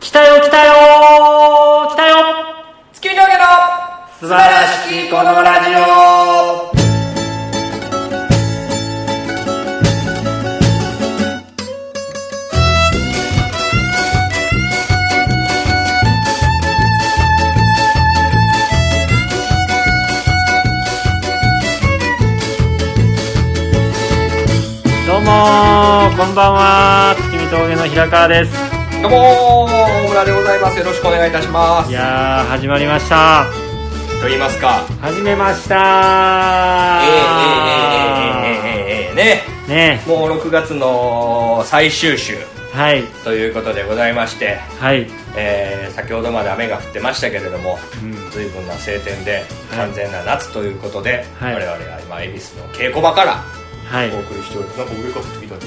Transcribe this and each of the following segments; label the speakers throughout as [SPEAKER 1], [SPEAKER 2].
[SPEAKER 1] 来たよ来たよ来たよ
[SPEAKER 2] 月見峠の素晴らしきこのラジオ
[SPEAKER 1] どうもーこんばんは月見峠の平川です
[SPEAKER 2] どうもー大村でございますよろしくお願いいたします
[SPEAKER 1] いやー始まりました
[SPEAKER 2] と言いますか
[SPEAKER 1] 始めました
[SPEAKER 2] え
[SPEAKER 1] ー
[SPEAKER 2] ええええええええええね
[SPEAKER 1] ね
[SPEAKER 2] もう6月の最終週
[SPEAKER 1] えはい
[SPEAKER 2] ということでございまして、
[SPEAKER 1] はい
[SPEAKER 2] えー先ほどまで雨が降ってましたけれども、
[SPEAKER 1] うん
[SPEAKER 2] 随分な晴天で完全な夏ということで、
[SPEAKER 1] はい
[SPEAKER 2] 我々は今恵比寿の稽古場から
[SPEAKER 1] はい
[SPEAKER 2] お送りしております、なんか上から降ってきたって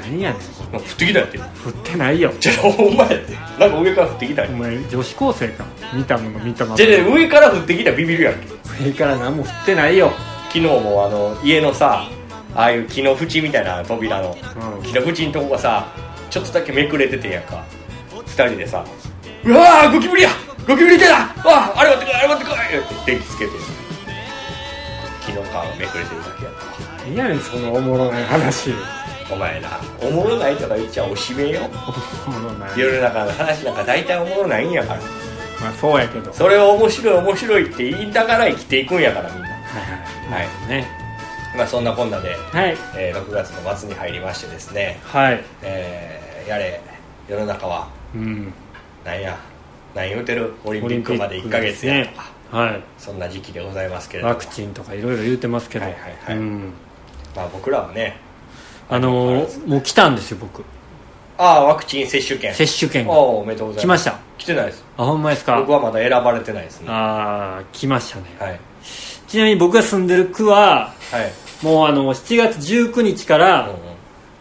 [SPEAKER 1] 何やねん
[SPEAKER 2] なんか降ってきたって
[SPEAKER 1] 振ってないよ
[SPEAKER 2] じゃあお前ってなんか上から降ってきたって
[SPEAKER 1] お前女子高生か見たもの見たまま
[SPEAKER 2] じゃあね上から降ってきたらビビるやんけ昨
[SPEAKER 1] 上から何も振ってないよ
[SPEAKER 2] 日もあの家のさああいう木の縁みたいな扉の、
[SPEAKER 1] うん
[SPEAKER 2] 木の縁のとこがさちょっとだけめくれててんやんか二人でさ「うわーゴキブリやゴキブリ出たわああれ待ってこいあれ待ってこい!」って電気つけて木の皮がめくれてるだけやった
[SPEAKER 1] 何やねんそのおもろない話
[SPEAKER 2] お前なおもろないとか言っちゃおしめよ
[SPEAKER 1] おもろない
[SPEAKER 2] 世の中の話なんか大体おもろないんやから
[SPEAKER 1] まあそうやけど
[SPEAKER 2] それを面白い面白いって言いながら生きていくんやからみんな
[SPEAKER 1] はい
[SPEAKER 2] はい
[SPEAKER 1] はいね
[SPEAKER 2] まあそんなこんなで
[SPEAKER 1] はい
[SPEAKER 2] えー6月の末に入りましてですね、
[SPEAKER 1] はい
[SPEAKER 2] えーやれ世の中は
[SPEAKER 1] うん
[SPEAKER 2] なんや何言うてるオリンピックまで1ヶ月やとか、
[SPEAKER 1] は
[SPEAKER 2] そんな時期でございますけ
[SPEAKER 1] い
[SPEAKER 2] れども
[SPEAKER 1] ワクチンとかいろいろ言うてますけど
[SPEAKER 2] はいはいはい
[SPEAKER 1] うん
[SPEAKER 2] まあ、僕らはね
[SPEAKER 1] あのーもう来たんですよ僕
[SPEAKER 2] ああワクチン接種券
[SPEAKER 1] 接種券
[SPEAKER 2] お
[SPEAKER 1] が
[SPEAKER 2] おおめでとうござい
[SPEAKER 1] 来
[SPEAKER 2] ま
[SPEAKER 1] ますした
[SPEAKER 2] 来てないです
[SPEAKER 1] あほんまですか
[SPEAKER 2] 僕はまだ選ばれてないですねは
[SPEAKER 1] ああ来ましたね
[SPEAKER 2] いはい
[SPEAKER 1] ちなみに僕が住んでる区はもうあの7月19日か
[SPEAKER 2] うんう
[SPEAKER 1] ら
[SPEAKER 2] ん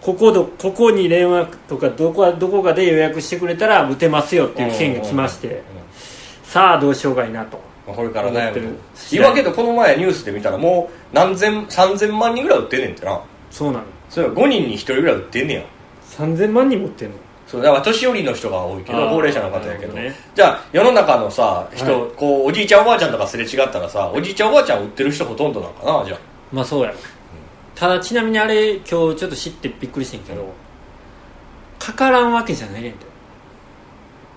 [SPEAKER 1] ここどここに電話とかどこどこかで予約してくれたら打てますよっていう件が来まし
[SPEAKER 2] うんうん
[SPEAKER 1] て
[SPEAKER 2] うん
[SPEAKER 1] さあどうしようがいいなと
[SPEAKER 2] まあこれから悩
[SPEAKER 1] 思って
[SPEAKER 2] む
[SPEAKER 1] る
[SPEAKER 2] 今けどこの前ニュースで見たらもう何千3000万人ぐらい打ってんねんってな
[SPEAKER 1] そうなの
[SPEAKER 2] それは5人に1人ぐらい打ってんねや
[SPEAKER 1] 3000万人持ってんの
[SPEAKER 2] そうだから年寄りの人が多いけど
[SPEAKER 1] あー
[SPEAKER 2] 高齢者の方やけど
[SPEAKER 1] なるほどね
[SPEAKER 2] じゃあ世の中のさ人、
[SPEAKER 1] は
[SPEAKER 2] こうおじいちゃんおばあちゃんとかすれ違ったらさおじいちゃんおばあちゃん売ってる人ほとんどなんかなじゃ
[SPEAKER 1] まあそうやろただちなみにあれ今日ちょっと知ってびっくりしてんけどかからんわけじゃないねんて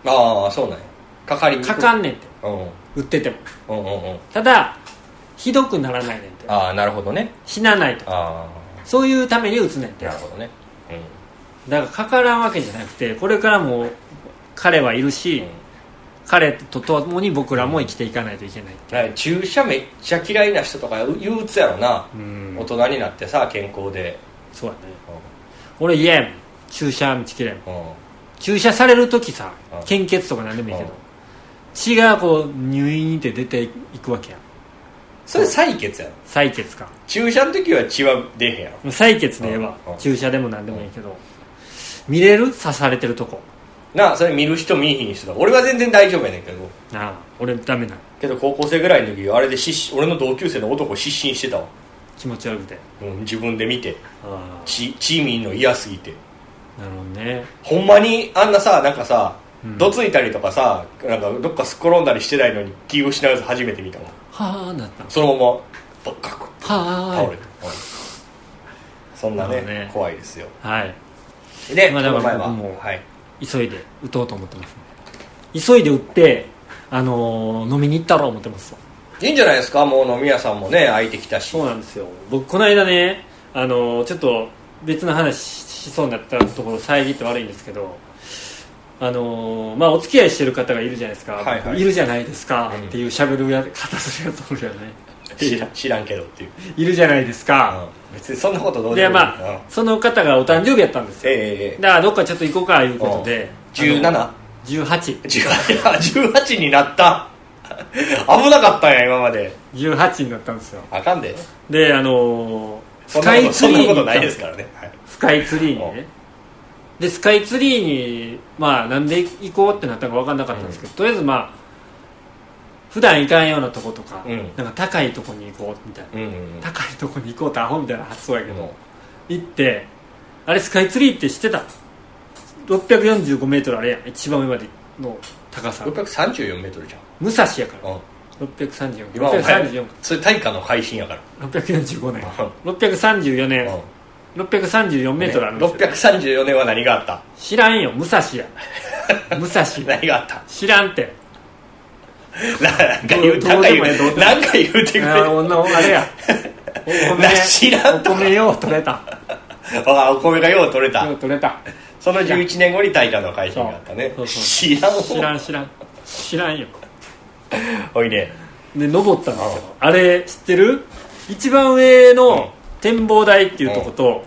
[SPEAKER 2] あああそうなんやかかりにくい
[SPEAKER 1] かかんねんて
[SPEAKER 2] うんうん
[SPEAKER 1] 売ってても
[SPEAKER 2] うんうん
[SPEAKER 1] ただひどくならないねんて
[SPEAKER 2] ああなるほどね
[SPEAKER 1] 死なないとか
[SPEAKER 2] あ
[SPEAKER 1] そういうために打つねん
[SPEAKER 2] あ
[SPEAKER 1] て
[SPEAKER 2] な
[SPEAKER 1] だ
[SPEAKER 2] る
[SPEAKER 1] か
[SPEAKER 2] ほどねうん
[SPEAKER 1] らかからんわけじゃなくてこれからも彼はいるし、
[SPEAKER 2] うん
[SPEAKER 1] 彼と共に僕らも生きていかないといけない
[SPEAKER 2] だから注射めっちゃ嫌いな人とか憂鬱やろな、
[SPEAKER 1] うん
[SPEAKER 2] 大人になってさ健康で、
[SPEAKER 1] そうやね俺嫌やもん注射打ち切れん
[SPEAKER 2] うんうん
[SPEAKER 1] 注射される時さ
[SPEAKER 2] うん
[SPEAKER 1] 献血とか何でもいいけど
[SPEAKER 2] うん
[SPEAKER 1] 血がこう入院って出ていくわけやん
[SPEAKER 2] それ採血やろ
[SPEAKER 1] 採血か
[SPEAKER 2] 注射の時は血は出へんやろ
[SPEAKER 1] 採血でええわ
[SPEAKER 2] うん
[SPEAKER 1] 注射でも何でもいいけど見れる刺されてるとこ
[SPEAKER 2] なあそれ見る人見いひん人だ俺は全然大丈夫やねんけど
[SPEAKER 1] なあ俺ダメな
[SPEAKER 2] けど高校生ぐらいの時あれで失神俺の同級生の男失神してたわ、
[SPEAKER 1] 気持ち悪くて
[SPEAKER 2] うん、自分で見て
[SPEAKER 1] あ
[SPEAKER 2] チチーミーの嫌すぎて
[SPEAKER 1] あなるほどね
[SPEAKER 2] ほんまにあんなさなんかさ、
[SPEAKER 1] うん
[SPEAKER 2] どついたりとかさなんかどっかすっ転んだりしてないのに気を失うやつ初めて見たわ
[SPEAKER 1] はあなった
[SPEAKER 2] そのままバッカッ
[SPEAKER 1] はあ
[SPEAKER 2] 倒れて、うんそんな
[SPEAKER 1] な
[SPEAKER 2] ね
[SPEAKER 1] るほどね
[SPEAKER 2] 怖いですよ
[SPEAKER 1] はい
[SPEAKER 2] で、
[SPEAKER 1] まあ
[SPEAKER 2] こ
[SPEAKER 1] だから
[SPEAKER 2] の前は、
[SPEAKER 1] 僕も
[SPEAKER 2] はい、
[SPEAKER 1] 急いで打とうと思ってますね急いで打ってあのー飲みに行ったろう思ってますわ
[SPEAKER 2] いいんじゃないですかもう飲み屋さんもね開いてきたし
[SPEAKER 1] そうなんですよ僕この間ねあのちょっと別の話しそうになったところ遮って悪いんですけどあのまあお付き合いしてる方がいるじゃないですか、
[SPEAKER 2] はいはい
[SPEAKER 1] いるじゃないですか、
[SPEAKER 2] うん
[SPEAKER 1] っていう喋るや方するやつおるよね
[SPEAKER 2] 知らん知らんけどっていう、
[SPEAKER 1] いるじゃないです
[SPEAKER 2] うん
[SPEAKER 1] か、
[SPEAKER 2] 別にそんなことどうで
[SPEAKER 1] で
[SPEAKER 2] もいい
[SPEAKER 1] ま
[SPEAKER 2] うん
[SPEAKER 1] あその方がお誕生日やったんですよ、
[SPEAKER 2] ええええ
[SPEAKER 1] だからどっかちょっと行こうかいうことで
[SPEAKER 2] 17
[SPEAKER 1] あの1818
[SPEAKER 2] 18, 18になった 危なかったんや今まで
[SPEAKER 1] になったんですよ
[SPEAKER 2] あかんで
[SPEAKER 1] であの
[SPEAKER 2] そ
[SPEAKER 1] ス
[SPEAKER 2] んな
[SPEAKER 1] カ
[SPEAKER 2] こ
[SPEAKER 1] イ
[SPEAKER 2] と
[SPEAKER 1] ツ
[SPEAKER 2] そ
[SPEAKER 1] リ
[SPEAKER 2] ん
[SPEAKER 1] ーに
[SPEAKER 2] な
[SPEAKER 1] 行
[SPEAKER 2] こ
[SPEAKER 1] った
[SPEAKER 2] と
[SPEAKER 1] ん
[SPEAKER 2] ない
[SPEAKER 1] で
[SPEAKER 2] ですす
[SPEAKER 1] よ
[SPEAKER 2] からね、はい
[SPEAKER 1] スカイツリーに
[SPEAKER 2] う
[SPEAKER 1] ねでスカイツリーにまあなんで行こうってなったのか分かんなかったんですけど、とりあえずまあ普段行かんようなとことか、
[SPEAKER 2] うん
[SPEAKER 1] なんか高いとこに行こうみたいな、
[SPEAKER 2] うんうん
[SPEAKER 1] 高いとこに行こうってアホみたいな発想やけ
[SPEAKER 2] け
[SPEAKER 1] ど、
[SPEAKER 2] ど
[SPEAKER 1] 行ってあれスカイツリーって知ってた645メートルあれやん一番上までの高さ
[SPEAKER 2] 634メートルじ
[SPEAKER 1] 武蔵やか
[SPEAKER 2] ゃ
[SPEAKER 1] ら
[SPEAKER 2] ん、うん、
[SPEAKER 1] 634
[SPEAKER 2] 今は
[SPEAKER 1] 634か
[SPEAKER 2] それ大化の改新やから
[SPEAKER 1] 645年634年
[SPEAKER 2] うん
[SPEAKER 1] 634メートルあるんですよ、
[SPEAKER 2] 634年は何があった
[SPEAKER 1] 知らんよ武蔵 や武蔵
[SPEAKER 2] 何があった
[SPEAKER 1] 知らんて
[SPEAKER 2] ななんか言う
[SPEAKER 1] ど
[SPEAKER 2] なん
[SPEAKER 1] う
[SPEAKER 2] か
[SPEAKER 1] で
[SPEAKER 2] 言
[SPEAKER 1] もええどうでもえ
[SPEAKER 2] う
[SPEAKER 1] え
[SPEAKER 2] なんか言うてくれ
[SPEAKER 1] あー 女あれやお米
[SPEAKER 2] な知らん
[SPEAKER 1] お米よう取れた
[SPEAKER 2] ああお米がよう取れた
[SPEAKER 1] よう取れた
[SPEAKER 2] その11年後に大化の改新があったね
[SPEAKER 1] そうそう
[SPEAKER 2] 知らんわ
[SPEAKER 1] 知らん知らん知らんよ
[SPEAKER 2] おいで
[SPEAKER 1] で登ったんですよあれ知ってる一番上の展望台っていうとこと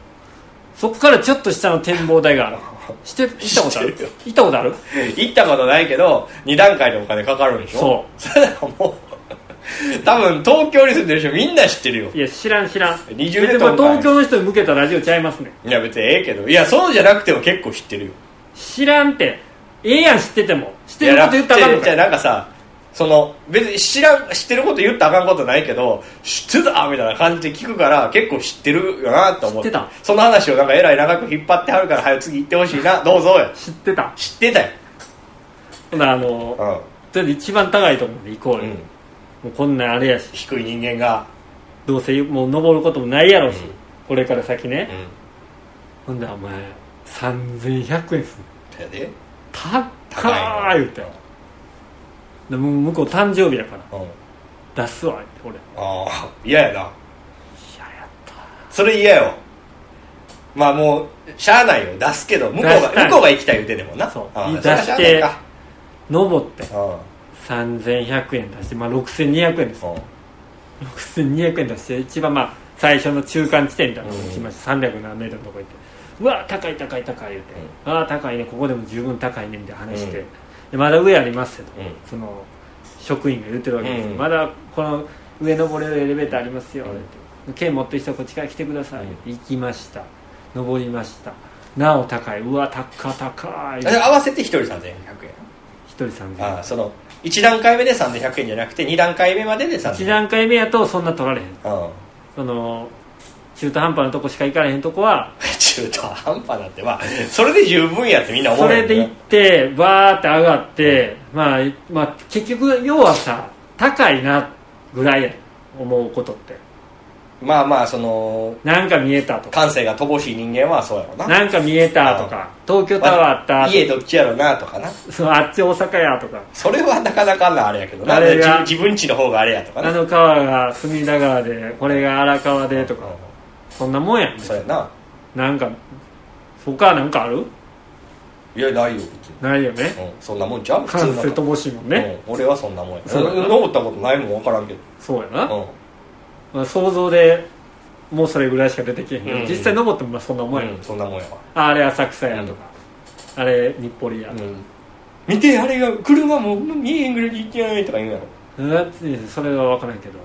[SPEAKER 1] そこからちょっと下の展望台があるして行ったことあ
[SPEAKER 2] 知っ
[SPEAKER 1] る
[SPEAKER 2] てるよ
[SPEAKER 1] 行ったことある
[SPEAKER 2] 行ったことないけど2段階でお金かかるんでしょ
[SPEAKER 1] そう
[SPEAKER 2] それはもう 多分東京に住んでる人みんな知ってるよ
[SPEAKER 1] いや知らん知らん
[SPEAKER 2] 20年
[SPEAKER 1] 別にこれ
[SPEAKER 2] とか
[SPEAKER 1] 東京の人に向けたラジオちゃいますね
[SPEAKER 2] いや別にええけどいやそうじゃなくても結構知ってるよ
[SPEAKER 1] 知らんってええやん知ってても知っ
[SPEAKER 2] い
[SPEAKER 1] て
[SPEAKER 2] や
[SPEAKER 1] ること
[SPEAKER 2] な
[SPEAKER 1] 言ったらあかんの
[SPEAKER 2] じゃ
[SPEAKER 1] か
[SPEAKER 2] あなんかさその別に知らん知ってること言ったらあかんことないけど知ってたみたいな感じで聞くから結構知ってるよなと思って
[SPEAKER 1] 知ってた
[SPEAKER 2] その話をなんかえらい長く引っ張ってはるから早く次行ってほしいなどうぞよ
[SPEAKER 1] 知ってた
[SPEAKER 2] 知ってたよ
[SPEAKER 1] ほなあのと
[SPEAKER 2] う
[SPEAKER 1] りあえず一番高いとこまで行こうよ、
[SPEAKER 2] ん、うん
[SPEAKER 1] も、うこんなんあれやし
[SPEAKER 2] 低い人間が、
[SPEAKER 1] どうせもう登ることもないやろうし、
[SPEAKER 2] うん
[SPEAKER 1] これから先
[SPEAKER 2] う
[SPEAKER 1] ね、
[SPEAKER 2] ん、
[SPEAKER 1] ほんでお前3100円っすね
[SPEAKER 2] やで
[SPEAKER 1] 高っ
[SPEAKER 2] 高い
[SPEAKER 1] 言うてでもう向こう誕生日やか
[SPEAKER 2] うん
[SPEAKER 1] ら出すわって俺い
[SPEAKER 2] ああ嫌やな
[SPEAKER 1] ややった
[SPEAKER 2] それ嫌よまあもうしゃあないよ出すけど向こう
[SPEAKER 1] 出し
[SPEAKER 2] が
[SPEAKER 1] たい
[SPEAKER 2] 向こうが行きたい言うてでもな
[SPEAKER 1] そう
[SPEAKER 2] ああ
[SPEAKER 1] 出
[SPEAKER 2] それはしゃあないか
[SPEAKER 1] 登って
[SPEAKER 2] うん
[SPEAKER 1] 3100円出して、まあ、6200円です6200円出して一番まあ最初の中間地点みたいなとこに来ました、307メートルのとこ行ってうわ高い高い高い言うて、ああ高いねここでも十分高いねみたいな話して、
[SPEAKER 2] うん
[SPEAKER 1] でまだ上ありますけど、
[SPEAKER 2] うん
[SPEAKER 1] その職員が言ってるわけですよ、
[SPEAKER 2] うん
[SPEAKER 1] まだこの上登れるエレベーターありますよ、剣持ってる人はこっちから来てください、行きました登りましたなお高いうわ高い高い
[SPEAKER 2] うん、合わせて1人3100円
[SPEAKER 1] 一人3000円
[SPEAKER 2] ああその1段階目で3100円じゃなくて2段階目までで3100
[SPEAKER 1] 1段階目やとそんな取られへん
[SPEAKER 2] うん
[SPEAKER 1] その中途半端なとこしか行かれへんとこは
[SPEAKER 2] 中途半端なんてまあそれで十分やってみんな思
[SPEAKER 1] そう
[SPEAKER 2] よ
[SPEAKER 1] れで行ってバーって上がって、まあ、まあ結局要はさ高いなぐらいや思うことって
[SPEAKER 2] まあまあその
[SPEAKER 1] なんか見えたとか
[SPEAKER 2] 感性が乏しい人間はそうやろな
[SPEAKER 1] なんか見えたとか東京タワーあった
[SPEAKER 2] 家どっちやろなとかな
[SPEAKER 1] そうあっち大阪やとか
[SPEAKER 2] それはなかなかなあれやけどな
[SPEAKER 1] あれが
[SPEAKER 2] 自分家の方があれやとか
[SPEAKER 1] あ
[SPEAKER 2] な
[SPEAKER 1] の川が隅田川でこれが荒川でとか
[SPEAKER 2] う
[SPEAKER 1] そんなもんやん
[SPEAKER 2] んそうやな
[SPEAKER 1] なんか他なんかある
[SPEAKER 2] いやないよ別に
[SPEAKER 1] ないよね
[SPEAKER 2] うんそんなもんちゃう普
[SPEAKER 1] 感
[SPEAKER 2] 通
[SPEAKER 1] 性
[SPEAKER 2] の
[SPEAKER 1] 乏しいもんね
[SPEAKER 2] うん俺はそんなもんや
[SPEAKER 1] そうやな
[SPEAKER 2] 登ったことないもん分からんけ
[SPEAKER 1] そうやな
[SPEAKER 2] ど
[SPEAKER 1] まあ、想像でもうそれぐらいしか出てきへんけど、
[SPEAKER 2] うん
[SPEAKER 1] 実際登ってもまあそんな
[SPEAKER 2] う
[SPEAKER 1] もんや、
[SPEAKER 2] んうんそんなもんやわ
[SPEAKER 1] ああれ浅草やとか、あれ日暮里やとか、
[SPEAKER 2] 見てあれが車も見えへんぐらいに行けないとか言うやろ
[SPEAKER 1] うんそれは分からんけど、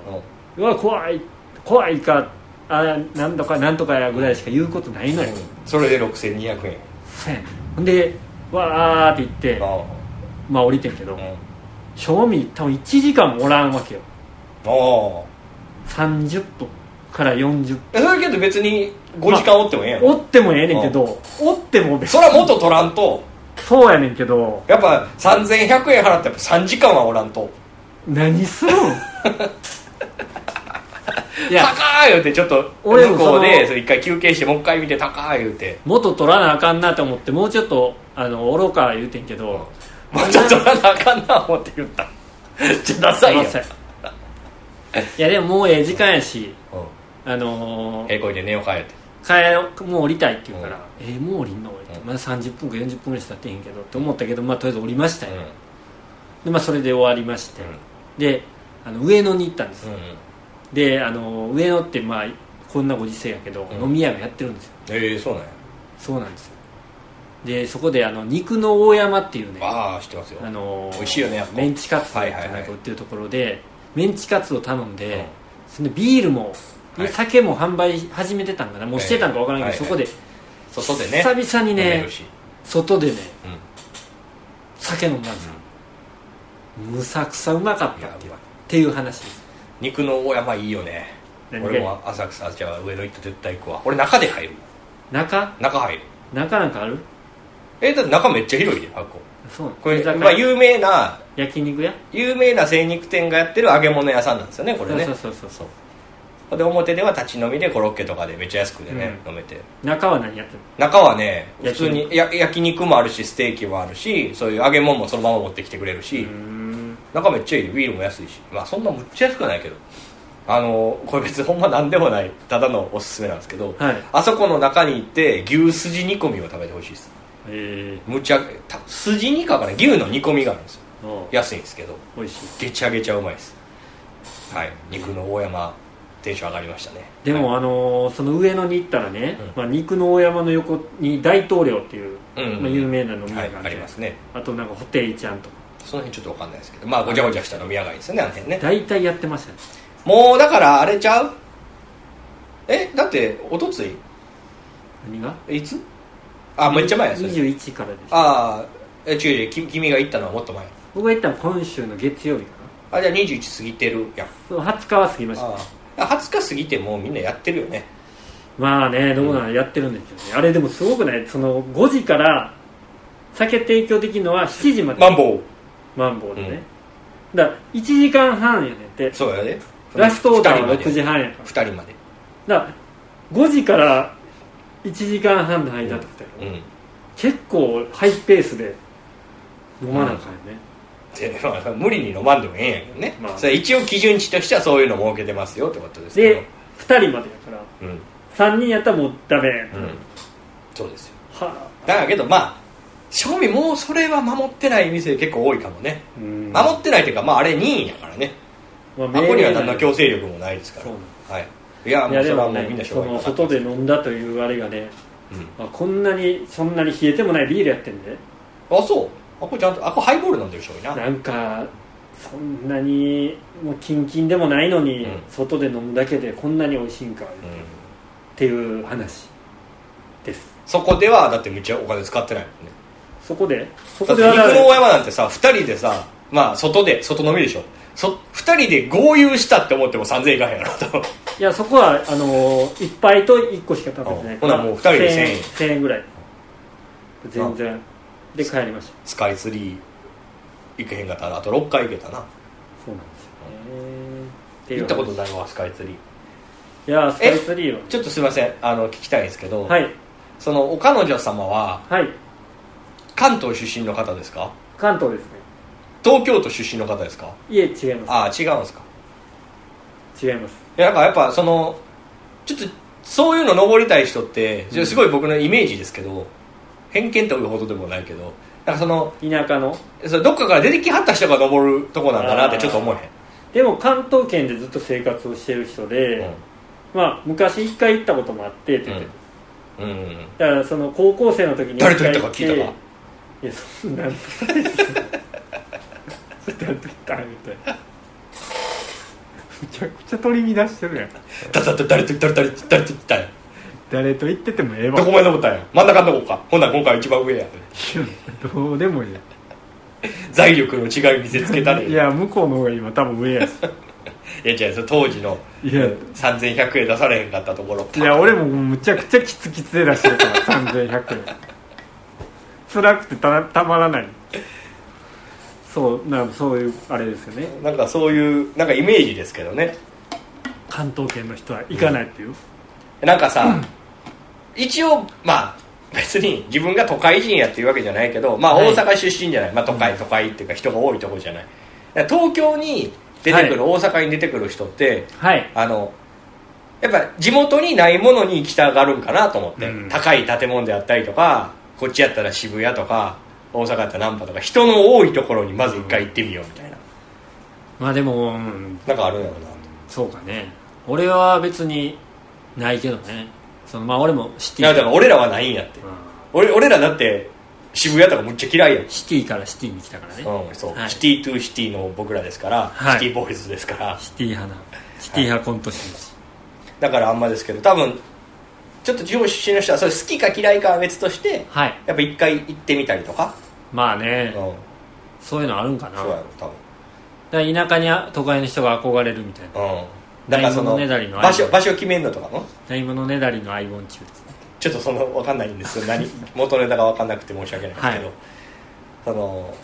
[SPEAKER 1] うわ怖い怖いかあなんとかなんとかやぐらいしか言うことないのよ、
[SPEAKER 2] それで6200円
[SPEAKER 1] そうやねんほんでわーって言って、
[SPEAKER 2] あ
[SPEAKER 1] まあ降りてんけど、
[SPEAKER 2] あうん
[SPEAKER 1] 正味多分1時間もおらんわけよ
[SPEAKER 2] ああ
[SPEAKER 1] 30分から40分
[SPEAKER 2] えそれけど別に5時間おってもええやん、
[SPEAKER 1] おってもええねんけど、おっても別
[SPEAKER 2] そ
[SPEAKER 1] に
[SPEAKER 2] りゃ元取らんと
[SPEAKER 1] そうやねんけど
[SPEAKER 2] やっぱ3100円払ってやっぱ3時間はおらんと
[SPEAKER 1] 何す るんいや
[SPEAKER 2] 高い言うてちょっと
[SPEAKER 1] 俺も
[SPEAKER 2] 向こう
[SPEAKER 1] その
[SPEAKER 2] でそれ一回休憩してもう一回見て高い言うて
[SPEAKER 1] 元取らなあかんなと思ってもうちょっとあの愚か言うてんけど
[SPEAKER 2] もうちょっと取らなあかんな思って言ったじゃダサいやん、うん、
[SPEAKER 1] すいま せんいやでももうええ時間やしあのー
[SPEAKER 2] ええ声で寝ようか言うて
[SPEAKER 1] 帰ろうもう降りたいって言うから「えーもう降りんの?」って
[SPEAKER 2] うん
[SPEAKER 1] まだ30分か40分ぐらいしか経ってへんけどって思ったけどまあとりあえず降りましたよ、でまあそれで終わりまして、
[SPEAKER 2] うん
[SPEAKER 1] であの上野に行ったんです、
[SPEAKER 2] うんうん
[SPEAKER 1] であの上野ってまあこんなご時世やけど、
[SPEAKER 2] うん
[SPEAKER 1] 飲み屋がやってるんですよ
[SPEAKER 2] ええそうなんや
[SPEAKER 1] そうなんですよでそこであの肉の大山っていうね
[SPEAKER 2] ああ知ってますよ
[SPEAKER 1] あのー
[SPEAKER 2] 美味しいよねやっぱ
[SPEAKER 1] メンチカツとか
[SPEAKER 2] はいはいはい
[SPEAKER 1] なんか売ってるところで、メンチカツを頼んで、
[SPEAKER 2] うん
[SPEAKER 1] そのビールも、
[SPEAKER 2] はい
[SPEAKER 1] 酒も販売始めてたんかなもうしてたんかわからんけど、
[SPEAKER 2] ええ
[SPEAKER 1] そこで
[SPEAKER 2] 外でね
[SPEAKER 1] 久々に
[SPEAKER 2] 飲め
[SPEAKER 1] ね
[SPEAKER 2] るし
[SPEAKER 1] 外でね
[SPEAKER 2] うん
[SPEAKER 1] 酒飲んだんですよ、むさくさうまかっ
[SPEAKER 2] い
[SPEAKER 1] た
[SPEAKER 2] や
[SPEAKER 1] っ
[SPEAKER 2] う
[SPEAKER 1] ていうってい
[SPEAKER 2] まい
[SPEAKER 1] う話です
[SPEAKER 2] 肉の大山いいよね
[SPEAKER 1] 何が
[SPEAKER 2] 俺も浅草じゃあ上野行って絶対行くわ俺中で入る
[SPEAKER 1] 中
[SPEAKER 2] 中入る
[SPEAKER 1] 中なんかある
[SPEAKER 2] えだって中めっちゃ広いで箱
[SPEAKER 1] そう
[SPEAKER 2] これ、
[SPEAKER 1] 居酒屋
[SPEAKER 2] まあ、有名な
[SPEAKER 1] 焼肉屋
[SPEAKER 2] 有名な精肉店がやってる揚げ物屋さんなんですよねこれね
[SPEAKER 1] そうそうそうそう
[SPEAKER 2] で表では立ち飲みでコロッケとかでめっちゃ安くでね、飲めて
[SPEAKER 1] 中は何やってる
[SPEAKER 2] 中はね普
[SPEAKER 1] 焼
[SPEAKER 2] 通
[SPEAKER 1] 肉
[SPEAKER 2] にや焼肉もあるしステーキもあるしそういう揚げ物もそのまま持ってきてくれる
[SPEAKER 1] の
[SPEAKER 2] し、
[SPEAKER 1] うーん
[SPEAKER 2] 中めっちゃいいビールも安いしまあそんなむっちゃ安くはないけどあのこれ別にほんま何でもないただのおすすめなんですけど、
[SPEAKER 1] はい
[SPEAKER 2] あそこの中に行って牛すじ煮込みを食べてほしいです
[SPEAKER 1] え
[SPEAKER 2] むちゃたすじ煮かから牛の煮込みがあるんですよ
[SPEAKER 1] ー、お
[SPEAKER 2] 安いんですけど
[SPEAKER 1] 美味しい
[SPEAKER 2] げちゃげちゃうまいですはい肉の大山テンション上がりましたね
[SPEAKER 1] でも、
[SPEAKER 2] は
[SPEAKER 1] あのーその上野に行ったらね、
[SPEAKER 2] う
[SPEAKER 1] まあ、肉の大山の横に大統領っていう、
[SPEAKER 2] うんうんうん
[SPEAKER 1] まあ、有名な飲み
[SPEAKER 2] い
[SPEAKER 1] 屋が
[SPEAKER 2] は
[SPEAKER 1] あ
[SPEAKER 2] い
[SPEAKER 1] って、
[SPEAKER 2] ありますね
[SPEAKER 1] あとなんかホテイちゃんとか
[SPEAKER 2] その辺ちょっと分かんないですけどまあごちゃごちゃした飲み屋街ですよねあの辺ね
[SPEAKER 1] 大体やってましたね
[SPEAKER 2] もうだからあれちゃうえだっておとつい
[SPEAKER 1] 何が
[SPEAKER 2] いつあめっちゃ前やそれ
[SPEAKER 1] 21からでしょ
[SPEAKER 2] ああえ違う違うき君が行ったのはもっと前
[SPEAKER 1] 僕が行ったの今週の月曜日か
[SPEAKER 2] あじゃあ21過ぎてるやん
[SPEAKER 1] なそう20日は過ぎました
[SPEAKER 2] ああ20日過ぎてもうみんなやってるよね
[SPEAKER 1] まあねどうなのやってるんですよねあれでもすごくないその5時から酒提供できるのは7時まで
[SPEAKER 2] マンボ
[SPEAKER 1] マンボウでね、だから1時間半やねんって
[SPEAKER 2] ウそうやで
[SPEAKER 1] ラストオーダーは
[SPEAKER 2] 二
[SPEAKER 1] 6時半やから
[SPEAKER 2] 2人まで
[SPEAKER 1] だから5時から1時間半の間ってことやろ、
[SPEAKER 2] うん
[SPEAKER 1] 結構ハイペースで飲まなあかんよね、
[SPEAKER 2] でまあ無理に飲まんでもええんやけどね、
[SPEAKER 1] まあ
[SPEAKER 2] それ一応基準値としてはそういうの設けてますよってことですけど
[SPEAKER 1] で2人までやから
[SPEAKER 2] うん
[SPEAKER 1] 3人やったらもうダメ、
[SPEAKER 2] うんそうですよ
[SPEAKER 1] は
[SPEAKER 2] だからけどまあ正味もうそれは守ってない店結構多いかもね、
[SPEAKER 1] うん
[SPEAKER 2] 守ってないっていうかまああれ任意やからね
[SPEAKER 1] まあ
[SPEAKER 2] あこには何の強制力もないですから
[SPEAKER 1] そうなんで
[SPEAKER 2] はい、いや
[SPEAKER 1] い
[SPEAKER 2] も
[SPEAKER 1] や
[SPEAKER 2] うそ
[SPEAKER 1] で
[SPEAKER 2] れは
[SPEAKER 1] も
[SPEAKER 2] もうみん
[SPEAKER 1] ね
[SPEAKER 2] なし
[SPEAKER 1] そ
[SPEAKER 2] ょうが
[SPEAKER 1] の
[SPEAKER 2] ない
[SPEAKER 1] 外で飲んだというあれがね
[SPEAKER 2] うん
[SPEAKER 1] あこんなにそんなに冷えてもないビールやってんで
[SPEAKER 2] あそうあこれちゃんとあこれハイボール飲んでる人多いな
[SPEAKER 1] なんかそんなにもうキンキンでもないのに、
[SPEAKER 2] うん
[SPEAKER 1] 外で飲むだけでこんなに美味しいんかっ
[SPEAKER 2] うん
[SPEAKER 1] ていう話です
[SPEAKER 2] そこではだってめっちゃお金使ってないもんね
[SPEAKER 1] そこでそこ
[SPEAKER 2] だって
[SPEAKER 1] で
[SPEAKER 2] 肉
[SPEAKER 1] は
[SPEAKER 2] の大山なんてさ2人でさまあ外で外飲みでしょそ2人で合流したって思っても3000円いかへんやろと
[SPEAKER 1] いやそこはあのー、1杯と1個しか食べてないから
[SPEAKER 2] あほなもう二人で
[SPEAKER 1] 円1000円ぐらい全然で帰りました
[SPEAKER 2] スカイツリー行けへんかったらあと6回行けたな
[SPEAKER 1] そうなんですよねていう
[SPEAKER 2] 行ったことないわスカイツリー
[SPEAKER 1] いやスカイツリーは
[SPEAKER 2] ちょっとすいませんあの聞きたいんですけど、
[SPEAKER 1] はい
[SPEAKER 2] そのお彼女様は
[SPEAKER 1] はい
[SPEAKER 2] 関東出身の方ですか
[SPEAKER 1] 関東ですね
[SPEAKER 2] 東京都出身の方ですか
[SPEAKER 1] いえ違いま
[SPEAKER 2] ああ違うんですか
[SPEAKER 1] す違います
[SPEAKER 2] いやなんかやっぱそのちょっとそういうの登りたい人って
[SPEAKER 1] うん
[SPEAKER 2] すごい僕のイメージですけど、偏見というほどでもないけどなんかその
[SPEAKER 1] 田舎の
[SPEAKER 2] それどっかから出てきはった人が登るとこなんだなって
[SPEAKER 1] あー
[SPEAKER 2] ちょっと思え
[SPEAKER 1] でも関東圏でずっと生活をしてる人
[SPEAKER 2] へ
[SPEAKER 1] で、
[SPEAKER 2] ん、
[SPEAKER 1] まあ昔一回行ったこともあってって言ってた
[SPEAKER 2] うんうんうん、
[SPEAKER 1] だからその高校生の時に一回
[SPEAKER 2] 誰と行ったか聞いたか
[SPEAKER 1] いやそんなんとそれなんと言ったみたいなめちゃくちゃ取り乱してるやん
[SPEAKER 2] だだだ誰と誰と誰と誰と行ったんや
[SPEAKER 1] 誰と言っててもええ
[SPEAKER 2] どこまで登ったんや真ん中のとこかほんなら今回一番上や
[SPEAKER 1] どうでもいい
[SPEAKER 2] 財力の違い見せつけたね
[SPEAKER 1] や向こうの方が今多分上やし
[SPEAKER 2] いや違うそれ当時の
[SPEAKER 1] いや
[SPEAKER 2] 3100円出されへんかったところ
[SPEAKER 1] いや俺もむちゃくちゃキツキツで出してるから3100円辛くてたたまらないそうなそういうあれですよね
[SPEAKER 2] なんかそういうなんかイメージですけどね
[SPEAKER 1] 関東圏の人は行かないっていう、
[SPEAKER 2] なんかさ、一応まあ別に自分が都会人やっていうわけじゃないけど、まあ、
[SPEAKER 1] はい
[SPEAKER 2] 大阪出身じゃない、まあ、都会都会っていうか人が多いとこじゃないだから東京に出てくる、大阪に出てくる人って
[SPEAKER 1] はい
[SPEAKER 2] あのやっぱ地元にないものに行きたがるんかなと思って、
[SPEAKER 1] うん
[SPEAKER 2] 高い建物であったりとかこっちやったら渋谷とか大阪やったら難波とか人の多いところにまず一回行ってみようみたいな、
[SPEAKER 1] まあでも、うん
[SPEAKER 2] なんかあるんやろうな
[SPEAKER 1] そうかね俺は別にないけどねそのまあ俺もシ
[SPEAKER 2] い
[SPEAKER 1] ティ
[SPEAKER 2] やだから俺らはないんやって
[SPEAKER 1] うん
[SPEAKER 2] 俺俺らだって渋谷とかむっちゃ嫌いやん
[SPEAKER 1] シティからシティに来たからね
[SPEAKER 2] うん、そう、
[SPEAKER 1] はい
[SPEAKER 2] シティトゥーシティの僕らですから、
[SPEAKER 1] はい
[SPEAKER 2] シティボーイズですから
[SPEAKER 1] シティ派なシティ派コント師だし
[SPEAKER 2] だからあんまですけど多分ちょっと地方出身の人はそれ好きか嫌いかは別として
[SPEAKER 1] はい、
[SPEAKER 2] やっぱ一回行ってみたりとか、
[SPEAKER 1] まあ
[SPEAKER 2] うん、
[SPEAKER 1] ね
[SPEAKER 2] そう
[SPEAKER 1] そういうのあるんかな
[SPEAKER 2] やろ多
[SPEAKER 1] だから田舎にあ都会の人が憧れるみたいな
[SPEAKER 2] 分うんだからその
[SPEAKER 1] ないものねだりの
[SPEAKER 2] 場所場所決めんのとかも
[SPEAKER 1] ないものねだりのアイボンチューですね
[SPEAKER 2] ちちょっとその分かんないんです よ何元ネタが分かんなくて申し訳ないですけど、
[SPEAKER 1] はい
[SPEAKER 2] その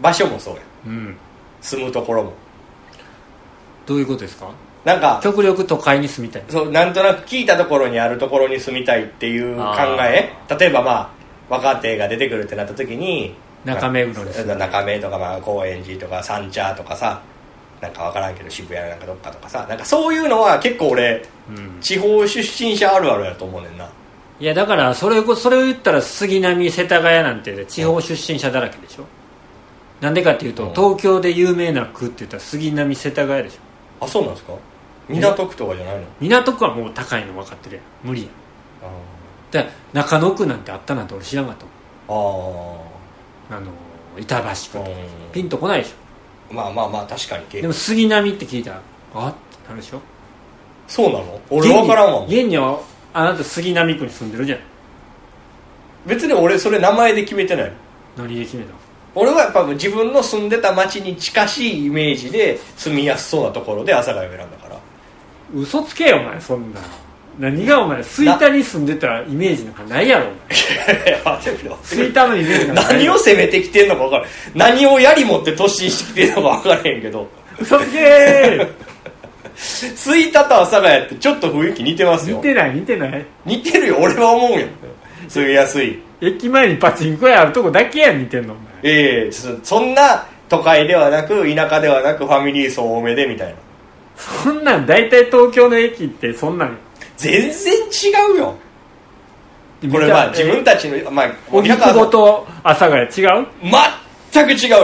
[SPEAKER 2] 場所もそうや
[SPEAKER 1] うん
[SPEAKER 2] 住むところも
[SPEAKER 1] どういうことですか
[SPEAKER 2] なんか
[SPEAKER 1] 極力都会に住みたい
[SPEAKER 2] そうなんとなく聞いたところにあるところに住みたいっていう考え例えばまあ若手が出てくるってなった時に
[SPEAKER 1] 中目黒に住む
[SPEAKER 2] 中目とかまあ高円寺とか三茶とかさなんか分からんけど渋谷なんかどっかとかさなんかそういうのは結構俺
[SPEAKER 1] うん
[SPEAKER 2] 地方出身者あるあるやと思うねんない
[SPEAKER 1] やだからそれこそれを言ったら杉並世田谷なんて地方出身者だらけでしょなんでかっていうと、
[SPEAKER 2] うん
[SPEAKER 1] 東京で有名な区って言ったら杉並世田谷でしょ
[SPEAKER 2] あそうなんですか港区とかじゃないの
[SPEAKER 1] 港区はもう高いの分かってるやん無理やんだ
[SPEAKER 2] あ
[SPEAKER 1] から中野区なんてあったなんて俺知らんかったもん
[SPEAKER 2] ーあ
[SPEAKER 1] あの板橋区とか
[SPEAKER 2] ー
[SPEAKER 1] ピンとこないでし
[SPEAKER 2] まあまあまあ確かに
[SPEAKER 1] ょ
[SPEAKER 2] け
[SPEAKER 1] でも杉並って聞いたらあってなるでしょ
[SPEAKER 2] そうなの俺分からんわ
[SPEAKER 1] 現に現にはあなた杉並区に住んでるじゃん
[SPEAKER 2] 別に俺それ名前で決めてない
[SPEAKER 1] 何で決めたの
[SPEAKER 2] 俺はやっぱ自分の住んでた町に近しいイメージで住みやすそうなところで阿佐ヶ谷を選ん だから
[SPEAKER 1] 嘘つけよお前そんな何がお前吹田に住んでたイメージなんかないやろお前
[SPEAKER 2] いや待ってくれ
[SPEAKER 1] 吹田のイメージなんかない
[SPEAKER 2] 何を攻めてきてんのか分からん何をやりもって突進してきてんのか分からへんけど
[SPEAKER 1] 嘘つけ
[SPEAKER 2] 吹田と阿佐ヶ谷ってちょっと雰囲気似てます
[SPEAKER 1] ー
[SPEAKER 2] よ
[SPEAKER 1] 見てない見てない
[SPEAKER 2] 似てるよ俺は思うよ住みやすい
[SPEAKER 1] 駅前にパチンコ屋あるとこだけやん似てんのお前
[SPEAKER 2] ええそそんな都会ではなく田舎ではなくファミリー層多めでみたいな
[SPEAKER 1] そんなん大体東京の駅ってそんなん
[SPEAKER 2] 全然違うよこれ
[SPEAKER 1] 見た
[SPEAKER 2] まあ自分たちのまあ
[SPEAKER 1] 荻窪と阿佐ヶ谷違う
[SPEAKER 2] 全く違うよ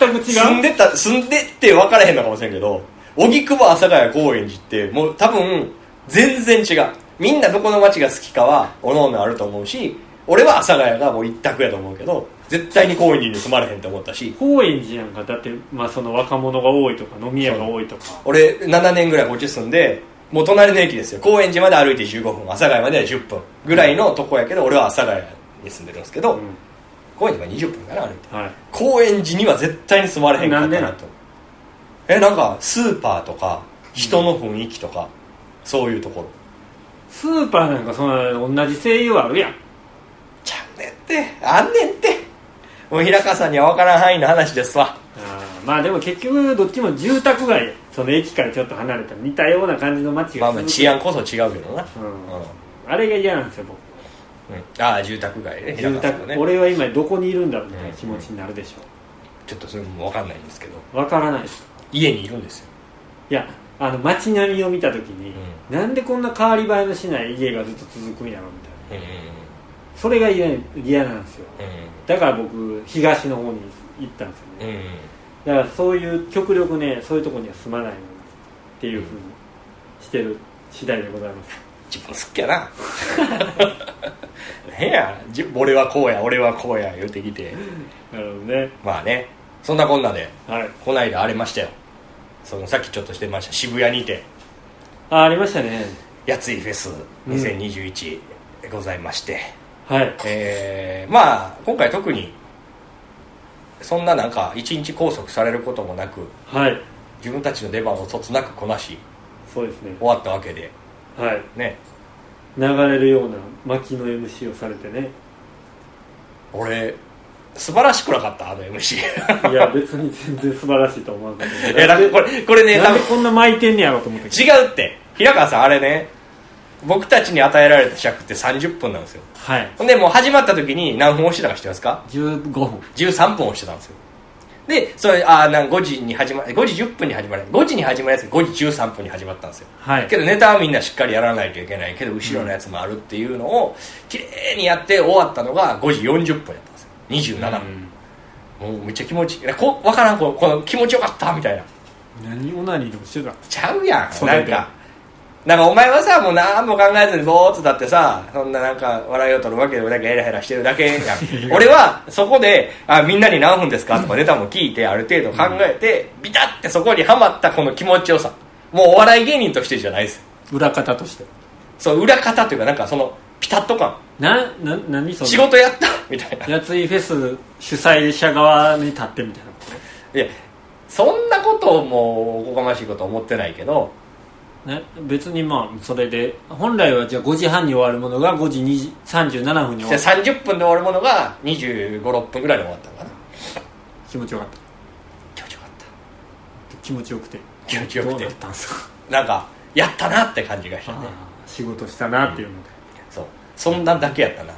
[SPEAKER 1] 全く違う
[SPEAKER 2] 住んでた住んでって分からへんのかもしれんけど荻窪阿佐ヶ谷高円寺ってもう多分全然違うみんなどこの街が好きかはおのおのあると思うし俺は阿佐ヶ谷がもう一択やと思うけど絶対に高円寺に住まれへんと思ったし
[SPEAKER 1] 高円寺なんかだって、まあ、その若者が多いとか飲み屋が多いとか
[SPEAKER 2] 俺7年ぐらいこっち住んでもう隣の駅ですよ高円寺まで歩いて15分阿佐ヶ谷までは10分ぐらいのとこやけど俺は阿佐ヶ谷に住んでるんですけど、
[SPEAKER 1] うん
[SPEAKER 2] 高円寺まで20分かな歩いて
[SPEAKER 1] はい
[SPEAKER 2] 高円寺には絶対に住まれへんかった
[SPEAKER 1] な
[SPEAKER 2] なん
[SPEAKER 1] で
[SPEAKER 2] とえなんかスーパーとか人の雰囲気とか、そういうところ
[SPEAKER 1] スーパーなんかそんな同じ声優あるやん
[SPEAKER 2] ちゃうねんってあんねんってもう平川さんには分からん範囲の話ですわ
[SPEAKER 1] あーまあでも結局どっちも住宅街その駅からちょっと離れた似たような感じの街
[SPEAKER 2] まあ
[SPEAKER 1] が
[SPEAKER 2] まあ
[SPEAKER 1] 続く
[SPEAKER 2] 治安こそ違うけどな、
[SPEAKER 1] う
[SPEAKER 2] うん
[SPEAKER 1] ん
[SPEAKER 2] うん
[SPEAKER 1] あれが嫌なんですよ僕
[SPEAKER 2] ああ住宅街ね平
[SPEAKER 1] 住
[SPEAKER 2] 川さんの
[SPEAKER 1] 宅、
[SPEAKER 2] ね
[SPEAKER 1] 俺は今どこにいるんだろうみたいな気持ちになるでしょ
[SPEAKER 2] ちょっとそれも分かんないんですけど
[SPEAKER 1] うわからないです
[SPEAKER 2] 家にいるんですよ
[SPEAKER 1] いやあの街並みを見た時に、なんでこんな変わり映えのしない家がずっと続くんやろみたいな
[SPEAKER 2] うん
[SPEAKER 1] それが嫌嫌なんですよ
[SPEAKER 2] う
[SPEAKER 1] だから僕東の方に行ったんですよね
[SPEAKER 2] んうん
[SPEAKER 1] だからそういう極力ねそういうとこには住まないようにっていうふうにしてる次第でございます
[SPEAKER 2] 自分好きや な変やじ俺はこうや俺はこうや言うてきて
[SPEAKER 1] なるほどね
[SPEAKER 2] まあねそんなこんなで
[SPEAKER 1] はい
[SPEAKER 2] こないだ荒れましたよそのさっきちょっとしてました渋谷にて
[SPEAKER 1] あありましたね
[SPEAKER 2] やついフェス2021ございまして、
[SPEAKER 1] はい
[SPEAKER 2] えーまあ今回特にそんななんか一日拘束されることもなく
[SPEAKER 1] はい
[SPEAKER 2] 自分たちの出番をそつなくこなし
[SPEAKER 1] そうですね
[SPEAKER 2] 終わったわけで
[SPEAKER 1] はい
[SPEAKER 2] ね
[SPEAKER 1] 流れるような巻きの MC をされてね
[SPEAKER 2] 俺素晴らしくなかったあの MC
[SPEAKER 1] いや別に全然素晴らしいと思わなかった
[SPEAKER 2] いやなんかこれこれね
[SPEAKER 1] な
[SPEAKER 2] 多
[SPEAKER 1] ん
[SPEAKER 2] 分
[SPEAKER 1] でこんな巻いてんねやろと思ったけど
[SPEAKER 2] 違うって平川さんあれね僕たちに与えられた尺って30分なんですよ
[SPEAKER 1] はい
[SPEAKER 2] ほんでもう始まった時に何分押してたか知ってますか
[SPEAKER 1] 15分
[SPEAKER 2] 13分押してたんですよでそれあーなん5時に始ま5時10分に始まる5時に始まるやつが5時13分に始まったんですよ
[SPEAKER 1] はい
[SPEAKER 2] けどネタはみんなしっかりやらないといけないけど後ろのやつもあるっていうのをきれいにやって終わったのが5時40分やったんですよ27分、もうめっちゃ気持ちいいこ分からんこのこの気持ちよかったみたいな
[SPEAKER 1] 何オナニーでもしてた
[SPEAKER 2] ちゃうやん
[SPEAKER 1] そ
[SPEAKER 2] な
[SPEAKER 1] れ
[SPEAKER 2] ん
[SPEAKER 1] で
[SPEAKER 2] かなんかお前はさもう何も考えずにぼーっとだってさそんななんか笑いを取るわけでもなくヘラヘラしてるだけ やん俺はそこであみんなに何分ですかとかネタも聞いてある程度考えて、ビタッてそこにはまったこの気持ちよさもうお笑い芸人としてじゃないです
[SPEAKER 1] 裏方として
[SPEAKER 2] そう裏方というかなんかそのピタッと感
[SPEAKER 1] なな何その
[SPEAKER 2] 仕事やった みたいな
[SPEAKER 1] やついフェス主催者側に立ってみたいない
[SPEAKER 2] やそんなことをもうおこがましいこと思ってないけど
[SPEAKER 1] ね、別にまあそれで本来はじゃあ5時半に終わるものが5時2時37分に
[SPEAKER 2] じゃ
[SPEAKER 1] 終
[SPEAKER 2] あ
[SPEAKER 1] わる
[SPEAKER 2] 30分で終わるものが2 5 6分ぐらいで終わったのかな
[SPEAKER 1] 気持ちよかった
[SPEAKER 2] 気持ちよかっ
[SPEAKER 1] 気持ちよくて
[SPEAKER 2] 気持ちよくて
[SPEAKER 1] どうなったんですか
[SPEAKER 2] たなんかやったなって感じがしたね
[SPEAKER 1] 仕事したなっていうので,、
[SPEAKER 2] そうそんなんだけやったな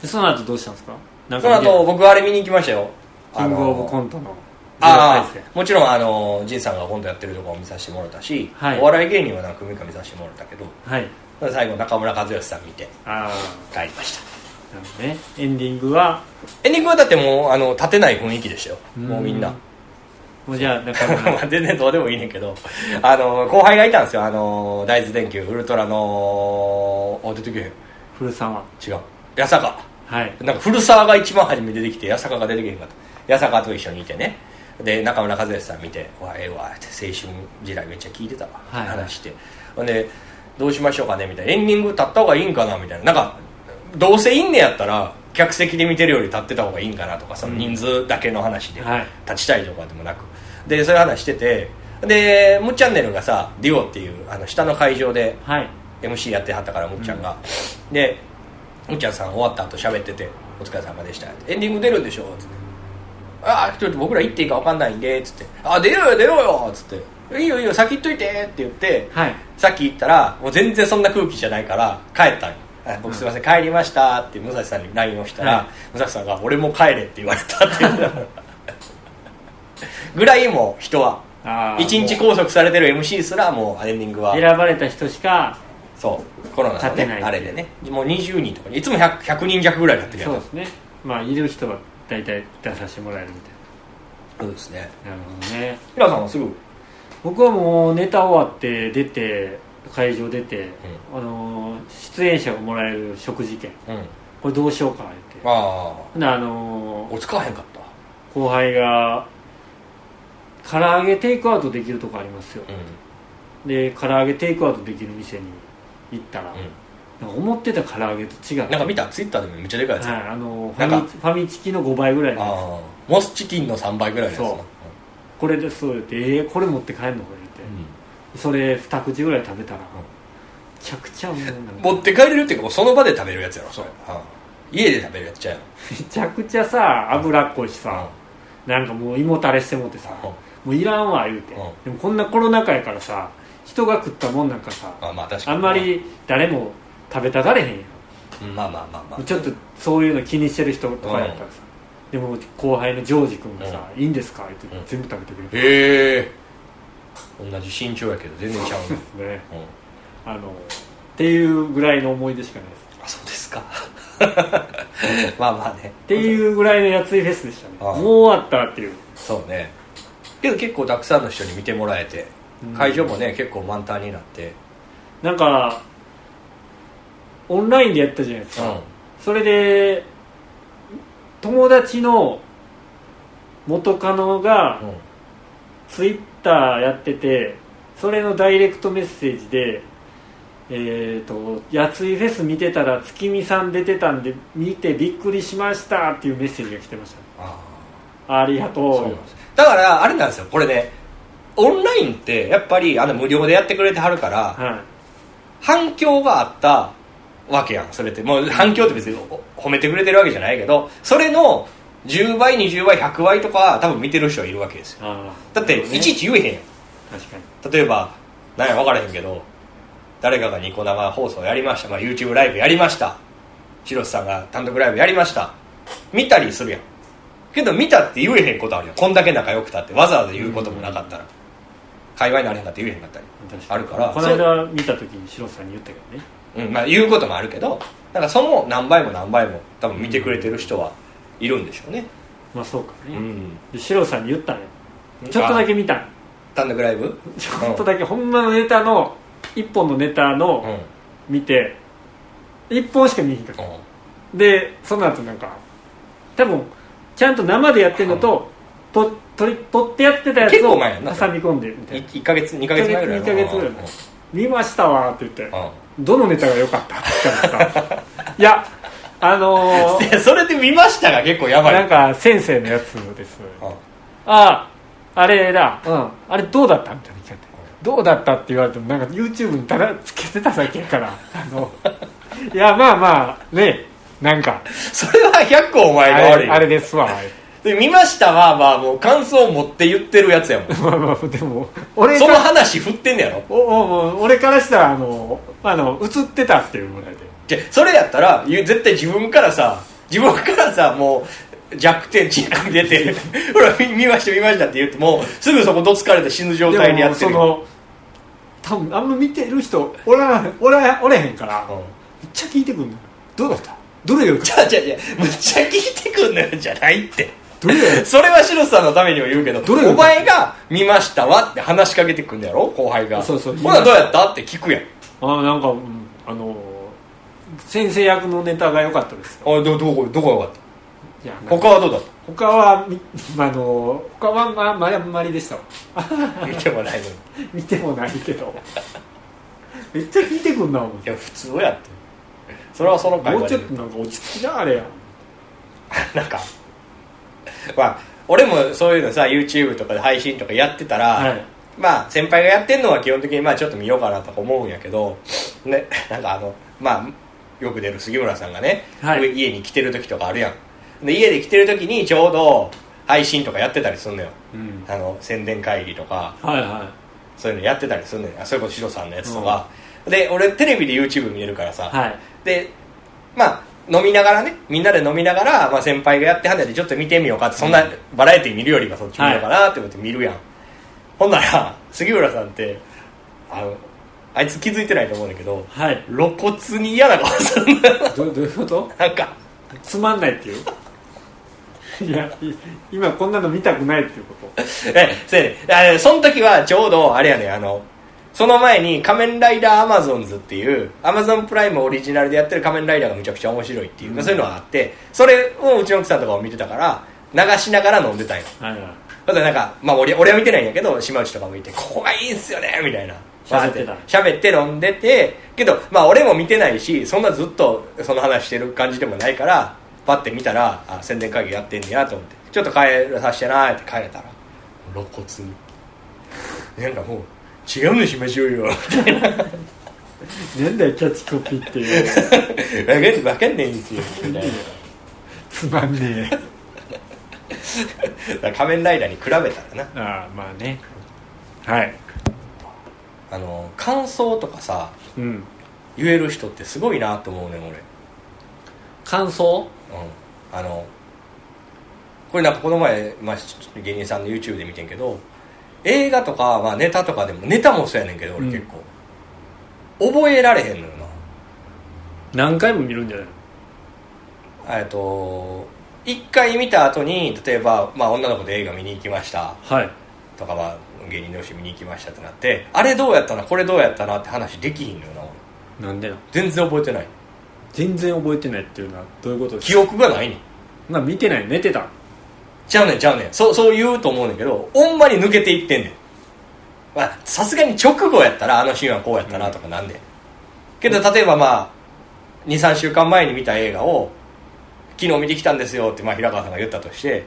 [SPEAKER 1] でその後どうしたんですかなん
[SPEAKER 2] そ
[SPEAKER 1] か
[SPEAKER 2] の
[SPEAKER 1] 見て
[SPEAKER 2] 後僕あれ見に行きましたよ
[SPEAKER 1] キングオブ
[SPEAKER 2] ン
[SPEAKER 1] コントの
[SPEAKER 2] あ
[SPEAKER 1] ゼロ
[SPEAKER 2] あもちろんあの仁さんが今度やってるところを見させてもらったし、
[SPEAKER 1] はい
[SPEAKER 2] お笑い芸人は何組か見させてもらったけど
[SPEAKER 1] 回戦はい
[SPEAKER 2] 最後中村和義さん見て
[SPEAKER 1] あ
[SPEAKER 2] 帰りました
[SPEAKER 1] あなるほどねエンディングは
[SPEAKER 2] エンディングはだってもうあの立てない雰囲気でしたよ
[SPEAKER 1] うん
[SPEAKER 2] もうみんな
[SPEAKER 1] もうじゃあ中
[SPEAKER 2] ま
[SPEAKER 1] 村
[SPEAKER 2] あ全然どうでもいいねんけどあの後輩がいたんですよあの大豆電球ウルトラのあ出てけへん
[SPEAKER 1] 古澤
[SPEAKER 2] 違う八坂
[SPEAKER 1] はい
[SPEAKER 2] なんか古澤が一番初め出てきて八坂が出てけへんかった八坂と一緒にいてねで中村和義さん見て「わええわ」って青春時代めっちゃ聞いてたわ、
[SPEAKER 1] はい
[SPEAKER 2] 話してほんで「どうしましょうかね」みたいな「エンディング立った方がいいんかな」みたいななんかどうせいいんねやったら客席で見てるより立ってた方がいいんかなとかその人数だけの話で、
[SPEAKER 1] はい
[SPEAKER 2] 立ちたいとかでもなくでそういう話しててで「むっチャンネル」がさデュオっていうあの下の会場で
[SPEAKER 1] はい
[SPEAKER 2] MC やってはったからむっちゃんが、でむっちゃんさん終わった後喋ってて「お疲れ様でした」エンディング出るんでしょ?」つって「ああちょっと僕ら行っていいか分かんないんで」つって「ああ出ようよ出ようよ」つって「いいよいいよ先行っといて」って言って、
[SPEAKER 1] はい
[SPEAKER 2] さっき言ったらもう全然そんな空気じゃないから帰ったのあ僕すいません、帰りましたって武蔵さんに LINE をしたら、
[SPEAKER 1] はい
[SPEAKER 2] 武蔵さんが「俺も帰れ」って言われたって言ってた からぐらいもう人は
[SPEAKER 1] あー
[SPEAKER 2] 一日
[SPEAKER 1] も
[SPEAKER 2] 拘束されてる MC すらもうエンディングは
[SPEAKER 1] う選ばれた人しか
[SPEAKER 2] そうコロナの、
[SPEAKER 1] 立て
[SPEAKER 2] ね
[SPEAKER 1] ない、
[SPEAKER 2] あれでねもう20人とかいつも 100, 100人弱ぐらいになってるや
[SPEAKER 1] そ
[SPEAKER 2] ん
[SPEAKER 1] うですねまあいる人は大体出させてもらえるみたい
[SPEAKER 2] そうですね
[SPEAKER 1] ななるほどね
[SPEAKER 2] 平さんはすぐ
[SPEAKER 1] 僕はもうネタ終わって出て会場出て、あのー出演者がもらえる食事券
[SPEAKER 2] うんあ
[SPEAKER 1] これどうしようかなって
[SPEAKER 2] あ
[SPEAKER 1] ほなあのー
[SPEAKER 2] お使わへんかった
[SPEAKER 1] 後輩が「唐揚げテイクアウトできるとこありますよ」
[SPEAKER 2] う
[SPEAKER 1] で唐揚げテイクアウトできる店に行ったら、なんか思ってた唐揚げと違う
[SPEAKER 2] なんか見たツイッターでもめっちゃでかいやつ、
[SPEAKER 1] はい
[SPEAKER 2] あ
[SPEAKER 1] あのーフ
[SPEAKER 2] なん
[SPEAKER 1] ァミ
[SPEAKER 2] か
[SPEAKER 1] ファミチキの5倍ぐらいのやつ
[SPEAKER 2] あモスチキンの3倍ぐらいのやつな
[SPEAKER 1] そうこれですそう言って「えー、これ持って帰るの?」これ言って、それ二口ぐらい食べたら、めちゃくちゃもうなんか
[SPEAKER 2] うん持って帰れるっていうかその場で食べるやつやろそれ、うん家で食べるやつちゃうや
[SPEAKER 1] めちゃくちゃさ脂っこいしさ、なんかもう胃もたれしてもってさ、
[SPEAKER 2] うん
[SPEAKER 1] もういらんわ言うて、
[SPEAKER 2] うん
[SPEAKER 1] でもこんなコロナ禍やからさ人が食ったもんなんかさ
[SPEAKER 2] ろあまあ確か
[SPEAKER 1] あ
[SPEAKER 2] に
[SPEAKER 1] んま、り誰も食べたがれへんや
[SPEAKER 2] うんまあまあまあまあ
[SPEAKER 1] んちょっとそういうの気にしてる人とかやったらさ、でも後輩のジョージ君がさ「いいんですか?」って言って全部食べてくれる、
[SPEAKER 2] へえ同じ身長やけど全然ちゃうね、
[SPEAKER 1] ね
[SPEAKER 2] うん
[SPEAKER 1] あのっていうぐらいの思い出しかないです
[SPEAKER 2] あそうで すかまあまあね
[SPEAKER 1] っていうぐらいのやついフェスでしたね
[SPEAKER 2] ああ
[SPEAKER 1] もう終わったっていう
[SPEAKER 2] そうねけど結構たくさんの人に見てもらえて
[SPEAKER 1] うん
[SPEAKER 2] 会場もね結構満タンになって
[SPEAKER 1] なんかオンラインでやったじゃないですか、それで友達の元カノが
[SPEAKER 2] うん
[SPEAKER 1] ツイッターやっててそれのダイレクトメッセージで「えー、とやついフェス見てたら月見さん出てたんで見てびっくりしました」っていうメッセージが来てましたね
[SPEAKER 2] あ
[SPEAKER 1] ありが
[SPEAKER 2] あそうな
[SPEAKER 1] と
[SPEAKER 2] んですだからあれなんですよこれねオンラインってやっぱりあの無料でやってくれてはるから、
[SPEAKER 1] うはい
[SPEAKER 2] 反響があったわけやんそれってもう反響って別にお褒めてくれてるわけじゃないけどそれの10倍20倍100倍とか多分見てる人はいるわけですよ
[SPEAKER 1] あー
[SPEAKER 2] だって
[SPEAKER 1] なるほどね
[SPEAKER 2] いちいち言えへんやん
[SPEAKER 1] 確かに
[SPEAKER 2] 例えば何や分からへんけど誰かがニコ生放送やりました、まあ、YouTube ライブやりました広瀬さんが単独ライブやりました見たりするやんけど見たって言えへんことあるやんこんだけ仲良くたってわざわざ言うこともなかったら会話になれへんかって言えへんかったり
[SPEAKER 1] 確に
[SPEAKER 2] あるから
[SPEAKER 1] この間見た時にシロさんに言ったけどね
[SPEAKER 2] うんまあ、言うこともあるけどなんかその何倍も何倍も多分見てくれてる人はいるんでしょうね、
[SPEAKER 1] まあそうか
[SPEAKER 2] う
[SPEAKER 1] ね、
[SPEAKER 2] ん、
[SPEAKER 1] でシロさんに言ったねちょっとだけ見たん
[SPEAKER 2] 単独ライブ
[SPEAKER 1] ちょっとだけほんまのネタの一本のネタ
[SPEAKER 2] うん
[SPEAKER 1] の見て一本しか見えへんかったでその後なんか多分ちゃんと生でやってんのとと取り取ってやってたやつ
[SPEAKER 2] 結
[SPEAKER 1] を
[SPEAKER 2] 構前やんな
[SPEAKER 1] 挟み込んでみたいな
[SPEAKER 2] 1か月2か月前ぐらい
[SPEAKER 1] 一ヶ月二ヶ月ぐらい前「見ましたわ」って言って
[SPEAKER 2] うんうん
[SPEAKER 1] 「どのネタが良かった?」って言った らさ「いやあのー
[SPEAKER 2] で それで見ましたが結構やばい
[SPEAKER 1] なんか先生のやつです」
[SPEAKER 2] うん
[SPEAKER 1] あああれだ、うん、あれどうだったみたいな聞かれてどうだったって言われてもなんか YouTube にただつけてただけや からあのいやまあまあねなんか
[SPEAKER 2] それは100個お
[SPEAKER 1] あ
[SPEAKER 2] 前が悪
[SPEAKER 1] れ
[SPEAKER 2] い
[SPEAKER 1] あれです わあれ
[SPEAKER 2] で見ましたはまあもう感想を持って言ってるやつやもん
[SPEAKER 1] まあまあでも俺
[SPEAKER 2] その
[SPEAKER 1] か
[SPEAKER 2] 話振ってんねやろ
[SPEAKER 1] おおお俺からしたらあのあの映ってたっていうぐらいで
[SPEAKER 2] じゃそれやったらゆ絶対自分からさ自分からさもう弱点チンコ出て ほら見見ました見ましたって言ってもうすぐそこどつかれて死ぬ状態にやって
[SPEAKER 1] そ
[SPEAKER 2] るよ
[SPEAKER 1] の多分あんま見てる人おらんおらんおれへんから、
[SPEAKER 2] うん
[SPEAKER 1] めっちゃ聞いてくんのよどうだったどれが良かっ
[SPEAKER 2] じゃあじゃあじゃあむっちゃ聞いてくんのよじゃないって
[SPEAKER 1] たどれが良かっ
[SPEAKER 2] それは白さんのためにも言うけど
[SPEAKER 1] どれが
[SPEAKER 2] お前が「見ましたわ」って話しかけてくんだやろ後輩が
[SPEAKER 1] そうそう
[SPEAKER 2] ほなどうやったって聞くやん
[SPEAKER 1] たあなんか、うんあの先生役のネタが良かったですよ
[SPEAKER 2] あどどこどこがよかっ
[SPEAKER 1] いや
[SPEAKER 2] た他はどうだっ
[SPEAKER 1] 他はみ、 まああの他はまあまあんまりでしたわ
[SPEAKER 2] た見てもないのにい
[SPEAKER 1] 見てもないけどめっちゃ聞いてくんな思って
[SPEAKER 2] や普通やってそれはその会
[SPEAKER 1] も
[SPEAKER 2] 話
[SPEAKER 1] うち
[SPEAKER 2] で
[SPEAKER 1] ょっとなんか落ち着きなあれや
[SPEAKER 2] なんか まあ俺もそういうのさ YouTube とかで配信とかやってたら、
[SPEAKER 1] はい
[SPEAKER 2] まあ先輩がやってんのは基本的にまあちょっと見ようかなとか思うんやけどねなんかあのまあよく出る杉村さんがね、
[SPEAKER 1] はい
[SPEAKER 2] 家に来てる時とかあるやんで家で来てる時にちょうど配信とかやってたりすんのよ
[SPEAKER 1] うん
[SPEAKER 2] あの宣伝会議とか
[SPEAKER 1] はいは
[SPEAKER 2] そういうのやってたりすんのよあそれこそシロさんのやつとか、で俺テレビで YouTube 見れるからさ、
[SPEAKER 1] いはい
[SPEAKER 2] でまあ飲みながらねみんなで飲みながら、まあ、先輩がやってはんねんでちょっと見てみようかってそんなバラエティ見るよりはそっち見ようかなって思って見るやん、ほんなら杉浦さんってあのあいつ気づいてないと思うんだけど
[SPEAKER 1] はい
[SPEAKER 2] 露骨に嫌な顔するん だよ
[SPEAKER 1] どどういうこと
[SPEAKER 2] なんか
[SPEAKER 1] つまんないっていういやい今こんなの見たくないっていうこと
[SPEAKER 2] えせやねんあその時はちょうどあれやねんあのその前に「仮面ライダーアマゾンズ」っていうアマゾンプライムオリジナルでやってる仮面ライダーがむちゃくちゃ面白いっていう、まあそういうのがあってそれをうちの奥さんとかを見てたから流しながら飲んでたんよ
[SPEAKER 1] はいはい
[SPEAKER 2] だからなんか、まあ、俺俺は見てないんやけど島内とかもいて「 ここがいいんすよね」みたいな
[SPEAKER 1] 喋ってた
[SPEAKER 2] 喋って飲んでてけど、まあ、俺も見てないしそんなずっとその話してる感じでもないからパッて見たらあ宣伝会議やってんねやと思ってちょっと帰らさせてなーって帰れたら露骨に なんかもう違うのしましょうよみ たいな
[SPEAKER 1] なんだよキャッチコピーっていう
[SPEAKER 2] わけわかんないんですよみたいな
[SPEAKER 1] つまんねえ
[SPEAKER 2] だから 仮面ライダーに比べたらな
[SPEAKER 1] ああまあねはい
[SPEAKER 2] あの感想とかさ
[SPEAKER 1] うん
[SPEAKER 2] 言える人ってすごいなと思うねん俺
[SPEAKER 1] 感想
[SPEAKER 2] うん、あのこれなんかこの前、まあ、ちょっと芸人さんの YouTube で見てんけど映画とか、まあ、ネタとかでもネタもそうやねんけど俺
[SPEAKER 1] うん
[SPEAKER 2] 結構、覚えられへんのよ
[SPEAKER 1] 何回も見るんじゃないの
[SPEAKER 2] なえっと一回見た後に例えば、まあ、女の子で映画見に行きました
[SPEAKER 1] はい
[SPEAKER 2] とか、まあ、芸人同士見に行きましたってなってあれどうやったなこれどうやったなって話できひんのよな俺
[SPEAKER 1] なんでな
[SPEAKER 2] 全然覚えてない
[SPEAKER 1] 全然覚えてないっていうのはどういうことです
[SPEAKER 2] 記憶がないねん
[SPEAKER 1] まあ見てない寝てた
[SPEAKER 2] ちゃうねんちゃうねんそうそう言うと思うねんけどほんまに抜けていってんねんまあさすがに直後やったらあのシーンはこうやったなとかなんで、ん、けど例えばまあ23週間前に見た映画を昨日見てきたんですよってまあ平川さんが言ったとして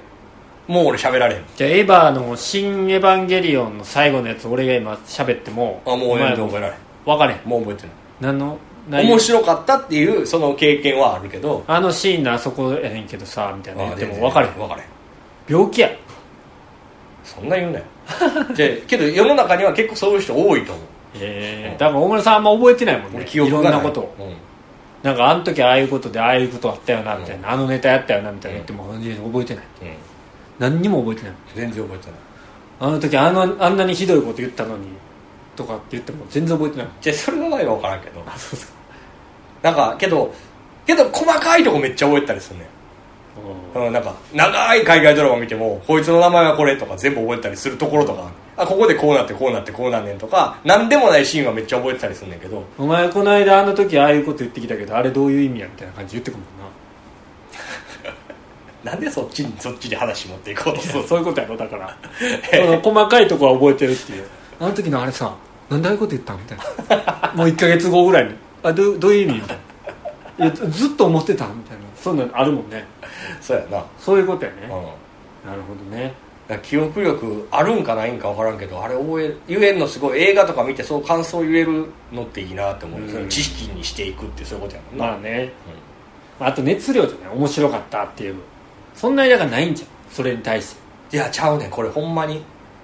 [SPEAKER 2] もう俺喋られへん
[SPEAKER 1] じゃあエヴァの「新エヴァンゲリオン」の最後のやつ俺が今喋っても
[SPEAKER 2] あもう
[SPEAKER 1] お前
[SPEAKER 2] 全然
[SPEAKER 1] も
[SPEAKER 2] 覚えられへん
[SPEAKER 1] 分かれへん
[SPEAKER 2] もう覚えてない
[SPEAKER 1] 何の
[SPEAKER 2] 面白かったっていうその経験はあるけど
[SPEAKER 1] あのシーンのあそこやねんけどさみたいな言って
[SPEAKER 2] あ
[SPEAKER 1] も
[SPEAKER 2] 全然
[SPEAKER 1] 分かれへん
[SPEAKER 2] 分かれへん
[SPEAKER 1] 病気や
[SPEAKER 2] そんな言うなよじゃあけど世の中には結構そういう人多いと思う
[SPEAKER 1] え
[SPEAKER 2] うん
[SPEAKER 1] えだから大村さんあんま覚えてないもん
[SPEAKER 2] 俺
[SPEAKER 1] ね
[SPEAKER 2] 記
[SPEAKER 1] いろ
[SPEAKER 2] 憶
[SPEAKER 1] ん
[SPEAKER 2] が
[SPEAKER 1] な
[SPEAKER 2] ない
[SPEAKER 1] ことを
[SPEAKER 2] うん
[SPEAKER 1] なんかあの時ああいうことでああいうことあったよなみたいな、あのネタやったよなみたいな言っても、覚えてない
[SPEAKER 2] うん
[SPEAKER 1] 何にも覚えてない
[SPEAKER 2] 全然覚えてない
[SPEAKER 1] あの時あのあんなにひどいこと言ったのにとかって言っても全然覚えてない
[SPEAKER 2] じゃあそれの場合は分からんけどなんかけどけど細かいとこめっちゃ覚えてたりするねんうんなんか長い海外ドラマ見てもこいつの名前はこれとか全部覚えてたりするところとかあるあここでこうなってこうなってこうなんねんとか何でもないシーンはめっちゃ覚えてたりするねんけど
[SPEAKER 1] お前この間あの時ああいうこと言ってきたけどあれどういう意味やみたいな感じで言ってくるもんな
[SPEAKER 2] なんでそっちにそっちに話持っていこうとす
[SPEAKER 1] そ
[SPEAKER 2] る
[SPEAKER 1] うそういうことやろだから その細かいとこは覚えてるっていうあの時のあれさなんでああいうこと言ったんみたいな もう1か月後ぐらいにあどうどういう意味みたいないやずっと思ってたみたいなそんなのあるもんね
[SPEAKER 2] そうやな
[SPEAKER 1] そういうことやね
[SPEAKER 2] う
[SPEAKER 1] なるほどね
[SPEAKER 2] んだから記憶力あるんかないんか分からんけどあれ覚え言えんのすごい映画とか見てそう感想言えるのっていいなって思う、
[SPEAKER 1] うん
[SPEAKER 2] その知識にしていくってそういうことやもんな、
[SPEAKER 1] まあね、あと熱量じゃない面白かったっていうそんなにだからないんじゃんそれに対して
[SPEAKER 2] いやちゃうねんこれほんまに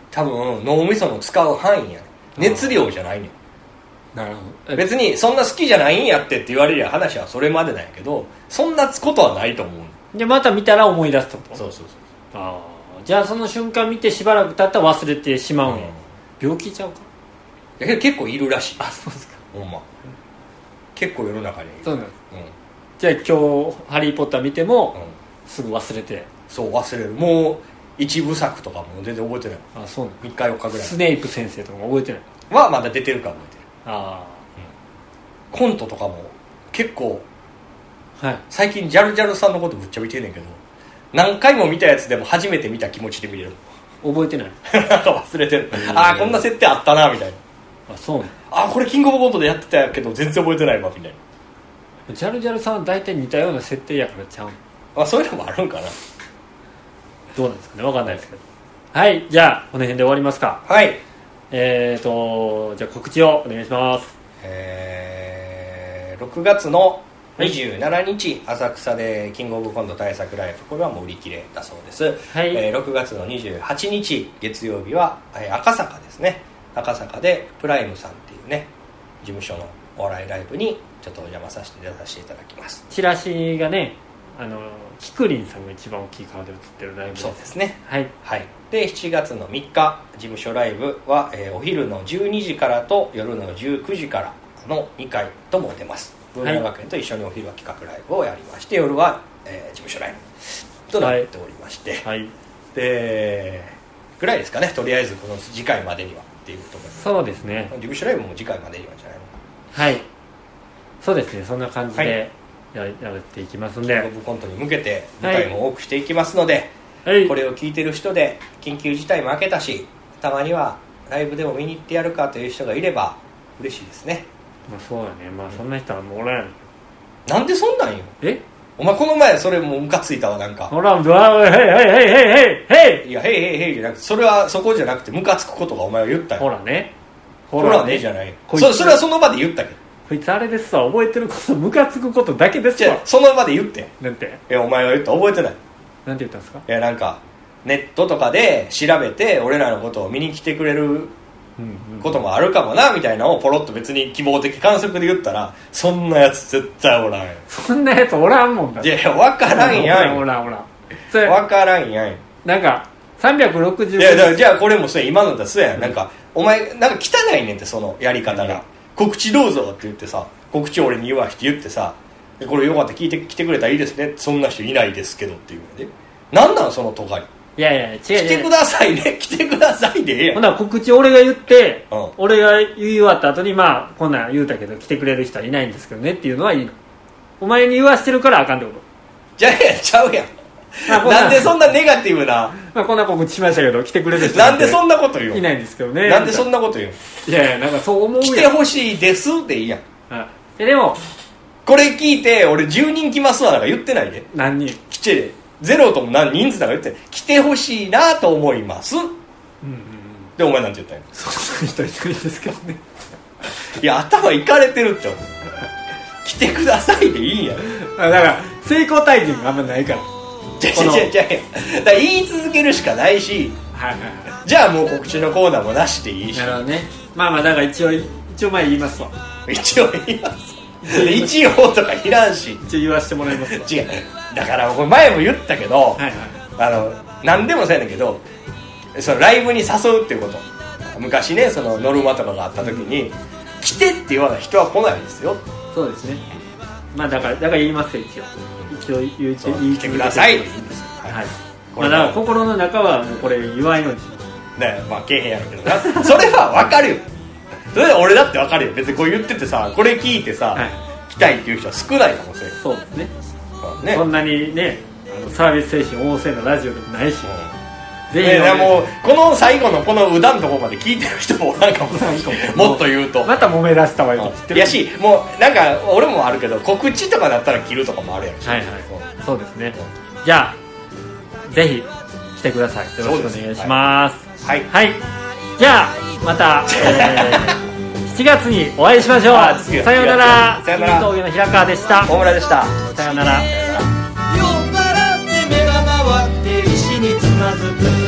[SPEAKER 2] 多分脳みその使う範囲やねん熱量じゃないねん
[SPEAKER 1] なるほ
[SPEAKER 2] 別にそんな好きじゃないんやってって言われりゃ話はそれまでなんやけどそんなことはないと思う
[SPEAKER 1] でまた見たら思い出すってこと
[SPEAKER 2] うそうそう
[SPEAKER 1] ああじゃあその瞬間見てしばらく経ったら忘れてしまうんや、
[SPEAKER 2] うん
[SPEAKER 1] 病気ちゃうか
[SPEAKER 2] だけど結構いるらしい
[SPEAKER 1] そうですか
[SPEAKER 2] ほんま結構世の中にいる
[SPEAKER 1] そうなん
[SPEAKER 2] うんうん
[SPEAKER 1] じゃあ今日「ハリー・ポッター」見てもすぐ忘れて
[SPEAKER 2] そう忘れるもう一部作とかも全然覚えてない
[SPEAKER 1] あそうなん
[SPEAKER 2] 3日4日ぐらい
[SPEAKER 1] スネイプ先生とかも覚えてない
[SPEAKER 2] はまだ出てるか覚えてる
[SPEAKER 1] あ
[SPEAKER 2] コントとかも結構
[SPEAKER 1] あはい
[SPEAKER 2] 最近ジャルジャルさんのことぶっちゃ見てんねんけど何回も見たやつでも初めて見た気持ちで見れる
[SPEAKER 1] 覚えてない
[SPEAKER 2] なんか忘れてるああこんな設定あったなみたいな
[SPEAKER 1] あそうなん
[SPEAKER 2] あーこれキングオブコントでやってたけど全然覚えてないわみたいな、
[SPEAKER 1] ジャルジャルさんは大体似たような設定やからちゃうん
[SPEAKER 2] まあ、そういうのもあるんかな
[SPEAKER 1] どうなんですかねわかんないですけどはいじゃあこの辺で終わりますか
[SPEAKER 2] はい
[SPEAKER 1] えーとじゃあ告知をお願いします
[SPEAKER 2] えー6月の27日、浅草でキングオブコント対策ライブこれはもう売り切れだそうです、
[SPEAKER 1] はい
[SPEAKER 2] えー6月の28日月曜日は、えー赤坂ですね赤坂でプライムさんっていうね事務所のお笑いライブにちょっとお邪魔させて出させていただきます
[SPEAKER 1] チラシがねあのキクリンさんが一番大きい顔で写ってるライブです
[SPEAKER 2] そうですね
[SPEAKER 1] はい
[SPEAKER 2] はい、で7月の3日事務所ライブは、えーお昼の12時からと夜の19時からの2回とも出ます文
[SPEAKER 1] い
[SPEAKER 2] 明学園と一緒にお昼は企画ライブをやりまして夜は、えー事務所ライブとなっておりまして、
[SPEAKER 1] はい
[SPEAKER 2] でぐらいですかねとりあえずこの次回までにはっていうところです
[SPEAKER 1] そうですね
[SPEAKER 2] 事務所ライブも次回までにはじゃないのか
[SPEAKER 1] はいそうですねそんな感じ
[SPEAKER 2] はい
[SPEAKER 1] でや,、やっていきますんで、
[SPEAKER 2] キングオブコントに向けて舞台も多くしていきますので、
[SPEAKER 1] はい、
[SPEAKER 2] これを聞いてる人で緊急事態も明けたしたまにはライブでも見に行ってやるかという人がいれば嬉しいですね
[SPEAKER 1] まあ、そうだねまあそんな人はもうおらん
[SPEAKER 2] なんでそんなんよ
[SPEAKER 1] え
[SPEAKER 2] お前この前それもうムカついたわなんか
[SPEAKER 1] おらんうわおいへいへいへいへいへい
[SPEAKER 2] いや「へいへいへい」じゃなくてそれはそこじゃなくてムカつくことがお前は言った
[SPEAKER 1] ほ
[SPEAKER 2] よ
[SPEAKER 1] らね
[SPEAKER 2] ほらねじゃない
[SPEAKER 1] こいつ
[SPEAKER 2] そそれはその場で言ったけど
[SPEAKER 1] こいつあれですわ覚えてることムカつくことだけです
[SPEAKER 2] じゃ
[SPEAKER 1] わ
[SPEAKER 2] あその場で言って
[SPEAKER 1] なんて
[SPEAKER 2] いやお前は言った覚えてない
[SPEAKER 1] なんて言ったんですか
[SPEAKER 2] いやなんかネットとかで調べて俺らのことを見に来てくれる
[SPEAKER 1] うんうん
[SPEAKER 2] こともあるかもなみたいなのをポロッと別に希望的観測で言ったらそんなやつ絶対おらんよ
[SPEAKER 1] そんなやつおらんもんだ
[SPEAKER 2] いやいや分からんやん
[SPEAKER 1] お
[SPEAKER 2] 分
[SPEAKER 1] らんおらんおらんそれ
[SPEAKER 2] からんやんい
[SPEAKER 1] なんか365
[SPEAKER 2] やだからじゃあこれもそうや今のだそうやんなんかお前なんか汚いねんってそのやり方
[SPEAKER 1] 何が
[SPEAKER 2] が告知どうぞって言ってさ告知俺に言わして言ってさでこれよかったら聞いてきてくれたらいいですねそんな人いないですけどっていうのでなんなんそのとがり
[SPEAKER 1] いやいや違う
[SPEAKER 2] 来
[SPEAKER 1] 違
[SPEAKER 2] て
[SPEAKER 1] う
[SPEAKER 2] くださいね 来てくださいでええや
[SPEAKER 1] ほ
[SPEAKER 2] ん
[SPEAKER 1] な告知俺が言って、
[SPEAKER 2] うん
[SPEAKER 1] 俺が言い終わった後にまあこんなん言うたけど来てくれる人はいないんですけどねっていうのはいいのお前に言わしてるからあかんってこと
[SPEAKER 2] じゃあやちゃうやん
[SPEAKER 1] あほな
[SPEAKER 2] なんでそんなネガティブな
[SPEAKER 1] まあこんな告知しましたけど来てくれる人
[SPEAKER 2] なんでそ
[SPEAKER 1] ん
[SPEAKER 2] んなこと言う
[SPEAKER 1] いないんですけどね
[SPEAKER 2] なんでそん
[SPEAKER 1] な
[SPEAKER 2] なこと言う
[SPEAKER 1] いやいやなんかそう思う
[SPEAKER 2] 来て
[SPEAKER 1] やん
[SPEAKER 2] ほしいですでいいやん
[SPEAKER 1] はいえでも
[SPEAKER 2] これ聞いて俺10人来ますわなんか言ってないで
[SPEAKER 1] 何人
[SPEAKER 2] 来てゼロとも何人数だから言って来てほしいなと思います
[SPEAKER 1] うんうんうん
[SPEAKER 2] でお前なんて言ったんや
[SPEAKER 1] そんな人いないですけどね
[SPEAKER 2] いや頭いかれてるって思う 来てくださいでいいんや
[SPEAKER 1] あだから成功体験があんまないから
[SPEAKER 2] じゃ
[SPEAKER 1] この
[SPEAKER 2] じゃじゃだから言い続けるしかないし
[SPEAKER 1] はいはいはい
[SPEAKER 2] じゃあもう告知のコーナーもなしでいいし
[SPEAKER 1] なるほどねまあまあだから一応一応前言いますわ
[SPEAKER 2] 一応言います一応とかいらんし
[SPEAKER 1] 一応言わしてもらいますわ
[SPEAKER 2] 違うだからこれ前も言ったけ
[SPEAKER 1] は
[SPEAKER 2] ど、
[SPEAKER 1] いはい
[SPEAKER 2] あの何でもそうやねんけどそのライブに誘うっていうこと昔ねそのノルマとかがあった時に「来て」って言わない人は来ないですよ
[SPEAKER 1] そうですねまあだからだから言いますよ一応一応言う
[SPEAKER 2] そう
[SPEAKER 1] 言い
[SPEAKER 2] 来てください
[SPEAKER 1] 続けてくださいはいま
[SPEAKER 2] こ
[SPEAKER 1] あ
[SPEAKER 2] れ
[SPEAKER 1] だから心の中はもうこれ言わんようにします
[SPEAKER 2] ねまあけえへんやろうけどなそれは分かるよそれは俺だって分かるよ別にこう言っててさこれ聞いてさ、
[SPEAKER 1] はい
[SPEAKER 2] 来たいっていう人は少ないかもしれ
[SPEAKER 1] そうですね
[SPEAKER 2] ない
[SPEAKER 1] そ
[SPEAKER 2] ね
[SPEAKER 1] んなにねあのサービス精神旺盛なラジオでもないし
[SPEAKER 2] うん
[SPEAKER 1] ぜひ
[SPEAKER 2] ね
[SPEAKER 1] お願いし
[SPEAKER 2] もうこの最後のこのうだんとこまで聞いてる人もおらんかもし
[SPEAKER 1] おらんか
[SPEAKER 2] れん
[SPEAKER 1] も
[SPEAKER 2] もっと言うと
[SPEAKER 1] また揉め出したわよ
[SPEAKER 2] いやしもうなんか俺もあるけど告知とかだったら切るとかもあるやん
[SPEAKER 1] はいはいそうですねじゃあぜひ来てくださいよろしくお願いします
[SPEAKER 2] はい
[SPEAKER 1] はい、じゃあま た、えー7月にお会いしましょ
[SPEAKER 2] あ
[SPEAKER 1] う
[SPEAKER 2] 次は
[SPEAKER 1] さようなら
[SPEAKER 2] さようなら
[SPEAKER 1] 金峠の平川でした
[SPEAKER 2] 大村でした
[SPEAKER 1] さようなら
[SPEAKER 3] 酔っ払って目が回って石につまずく